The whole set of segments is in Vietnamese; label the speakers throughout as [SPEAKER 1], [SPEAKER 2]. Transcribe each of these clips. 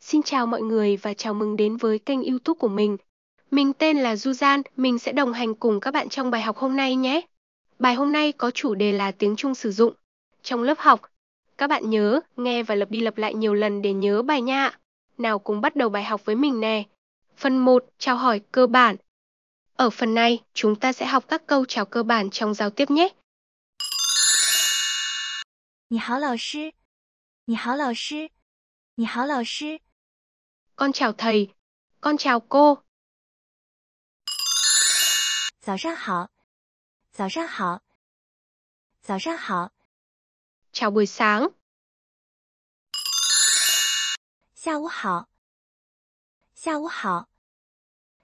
[SPEAKER 1] Xin chào mọi người và chào mừng đến với kênh YouTube của mình. Mình tên là Du Gian, mình sẽ đồng hành cùng các bạn trong bài học hôm nay nhé. Bài hôm nay có chủ đề là tiếng Trung sử dụng. Trong lớp học, các bạn nhớ nghe và lặp đi lặp lại nhiều lần để nhớ bài nha. Nào cùng bắt đầu bài học với mình nè. Phần 1, chào hỏi cơ bản. Ở phần này, chúng ta sẽ học các câu chào cơ bản trong giao tiếp nhé.
[SPEAKER 2] 你好，老师。你好，老师。你好，老师。
[SPEAKER 1] Con chào thầy, con chào cô,
[SPEAKER 2] 早上好。早上好。早上好。
[SPEAKER 1] chào buổi sáng,
[SPEAKER 2] 下午好。下午好。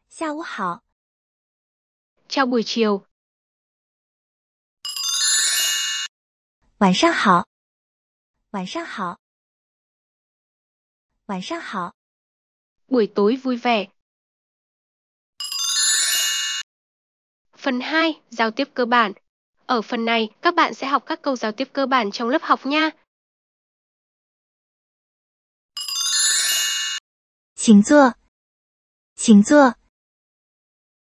[SPEAKER 2] 下午好。
[SPEAKER 1] chào buổi chiều,
[SPEAKER 2] 晚上好。晚上好。晚上好。
[SPEAKER 1] buổi tối vui vẻ. Phần 2, giao tiếp cơ bản. Ở phần này, các bạn sẽ học các câu giao tiếp cơ bản trong lớp học nha.
[SPEAKER 2] 请坐。请坐。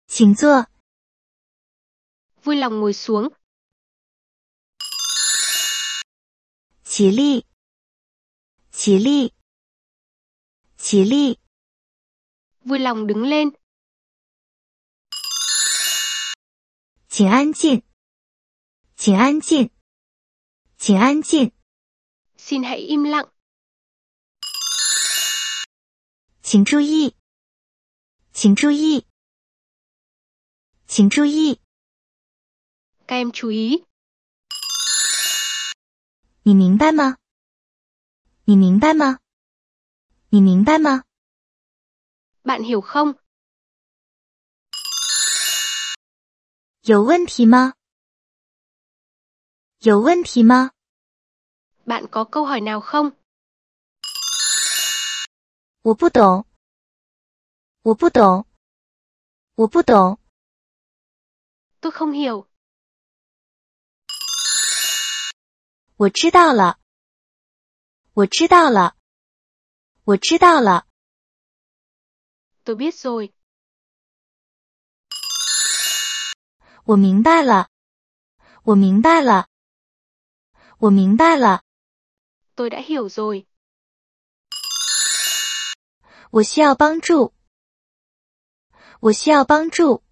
[SPEAKER 2] 请坐。
[SPEAKER 1] Vui lòng ngồi xuống,
[SPEAKER 2] 起立。起立。起立。
[SPEAKER 1] vui lòng đứng lên,
[SPEAKER 2] 请安静。请安静。请安静。
[SPEAKER 1] xin hãy im lặng,
[SPEAKER 2] 请注意，请注意，请注意，
[SPEAKER 1] các em chú ý,
[SPEAKER 2] 你明白吗？你明白吗？你明白吗？
[SPEAKER 1] bạn hiểu không?
[SPEAKER 2] 有问题吗？有问题吗？
[SPEAKER 1] Bạn có câu hỏi nào không?
[SPEAKER 2] 我不懂，我不懂，我不懂，
[SPEAKER 1] Tôi không hiểu,
[SPEAKER 2] 我知道了，我知道了，我知道了，
[SPEAKER 1] tôi biết rồi,
[SPEAKER 2] 我明白了，我明白了，我明白了。
[SPEAKER 1] tôi đã hiểu rồi,
[SPEAKER 2] 我需要帮助。我需要帮助。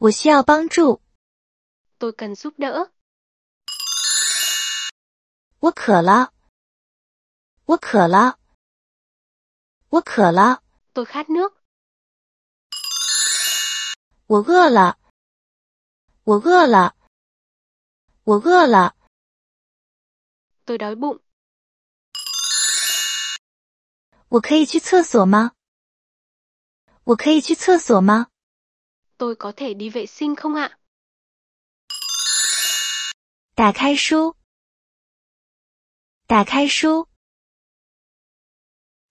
[SPEAKER 2] 我需要帮助。
[SPEAKER 1] tôi cần giúp đỡ,
[SPEAKER 2] 我渴了。我渴了。我渴了。
[SPEAKER 1] tôi khát nước,
[SPEAKER 2] 我饿了。我饿了。我饿了。
[SPEAKER 1] tôi đói bụng,
[SPEAKER 2] 我可以去厕所吗？我可以去厕所吗？
[SPEAKER 1] tôi có thể đi vệ sinh không ạ?
[SPEAKER 2] 打开书。打开书。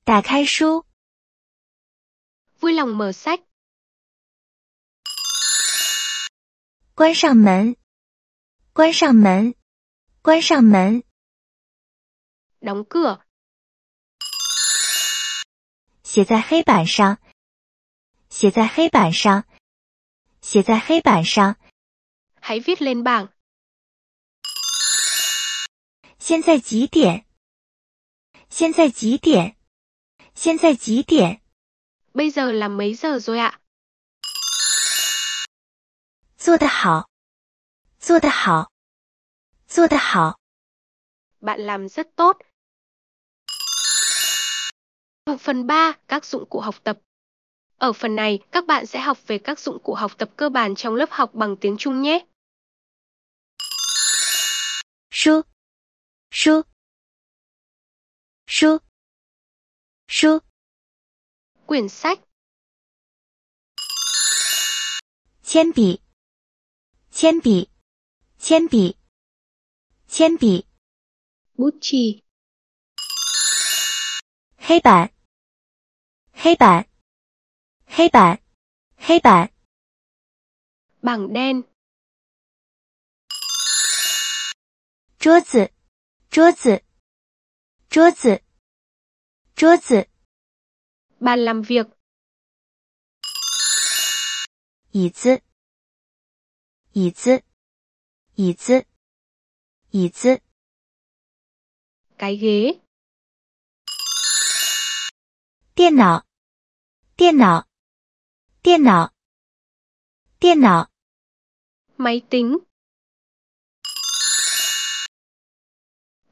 [SPEAKER 2] 打开书。
[SPEAKER 1] Vui lòng mở sách,
[SPEAKER 2] 关上门，关上门，关上门。
[SPEAKER 1] đóng cửa,
[SPEAKER 2] 写在黑板上，写在黑板上，写在黑板上。
[SPEAKER 1] hãy viết lên bảng,
[SPEAKER 2] 现在几点？现在几点？现在几点？
[SPEAKER 1] bây giờ là mấy giờ rồi ạ?
[SPEAKER 2] 做得好，做得好，做得好。
[SPEAKER 1] Bạn làm rất tốt. Ở phần 3, các dụng cụ học tập. Ở phần này, các bạn sẽ học về các dụng cụ học tập cơ bản trong lớp học bằng tiếng Trung nhé.
[SPEAKER 2] 书，书，书，书。
[SPEAKER 1] Quyển sách,
[SPEAKER 2] 铅笔，铅笔，铅笔，铅笔，
[SPEAKER 1] bút chì,
[SPEAKER 2] 黑板，黑板，黑板，黑板，
[SPEAKER 1] bảng đen,
[SPEAKER 2] 桌子，桌子，桌子，桌子，
[SPEAKER 1] Bàn làm việc,
[SPEAKER 2] 椅子，椅子，椅子，椅子，
[SPEAKER 1] cái ghế,
[SPEAKER 2] 电脑，电脑，电脑，电脑，
[SPEAKER 1] máy tính.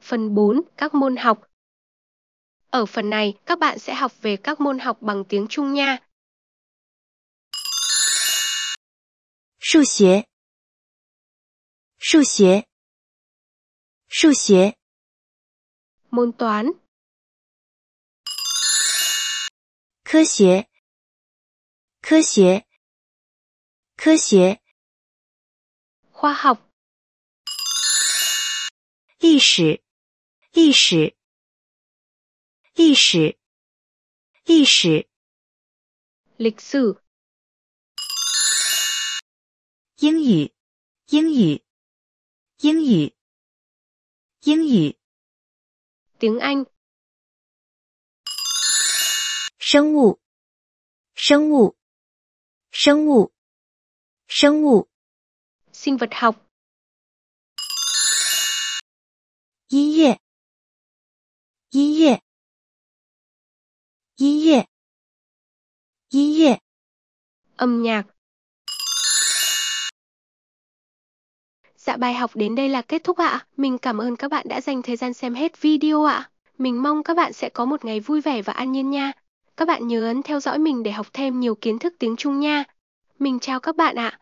[SPEAKER 1] Phần 4, các môn học. Ở phần này, các bạn sẽ học về các môn học bằng tiếng Trung nha.
[SPEAKER 2] 数学，数学，数学，
[SPEAKER 1] Môn toán,
[SPEAKER 2] 科学，科学，科学，
[SPEAKER 1] khoa học,
[SPEAKER 2] 历史，历史，历史，历史，
[SPEAKER 1] lịch sử,
[SPEAKER 2] 英语，英语，英语，英语，
[SPEAKER 1] tiếng Anh,
[SPEAKER 2] 生物，生物，生物，生物，
[SPEAKER 1] sinh vật học,
[SPEAKER 2] 音乐，音乐，音乐，音乐，
[SPEAKER 1] âm nhạc. Dạ bài học đến đây là kết thúc ạ. Mình cảm ơn các bạn đã dành thời gian xem hết video ạ. Mình mong các bạn sẽ có một ngày vui vẻ và an nhiên nha. Các bạn nhớ ấn theo dõi mình để học thêm nhiều kiến thức tiếng Trung nha. Mình chào các bạn ạ.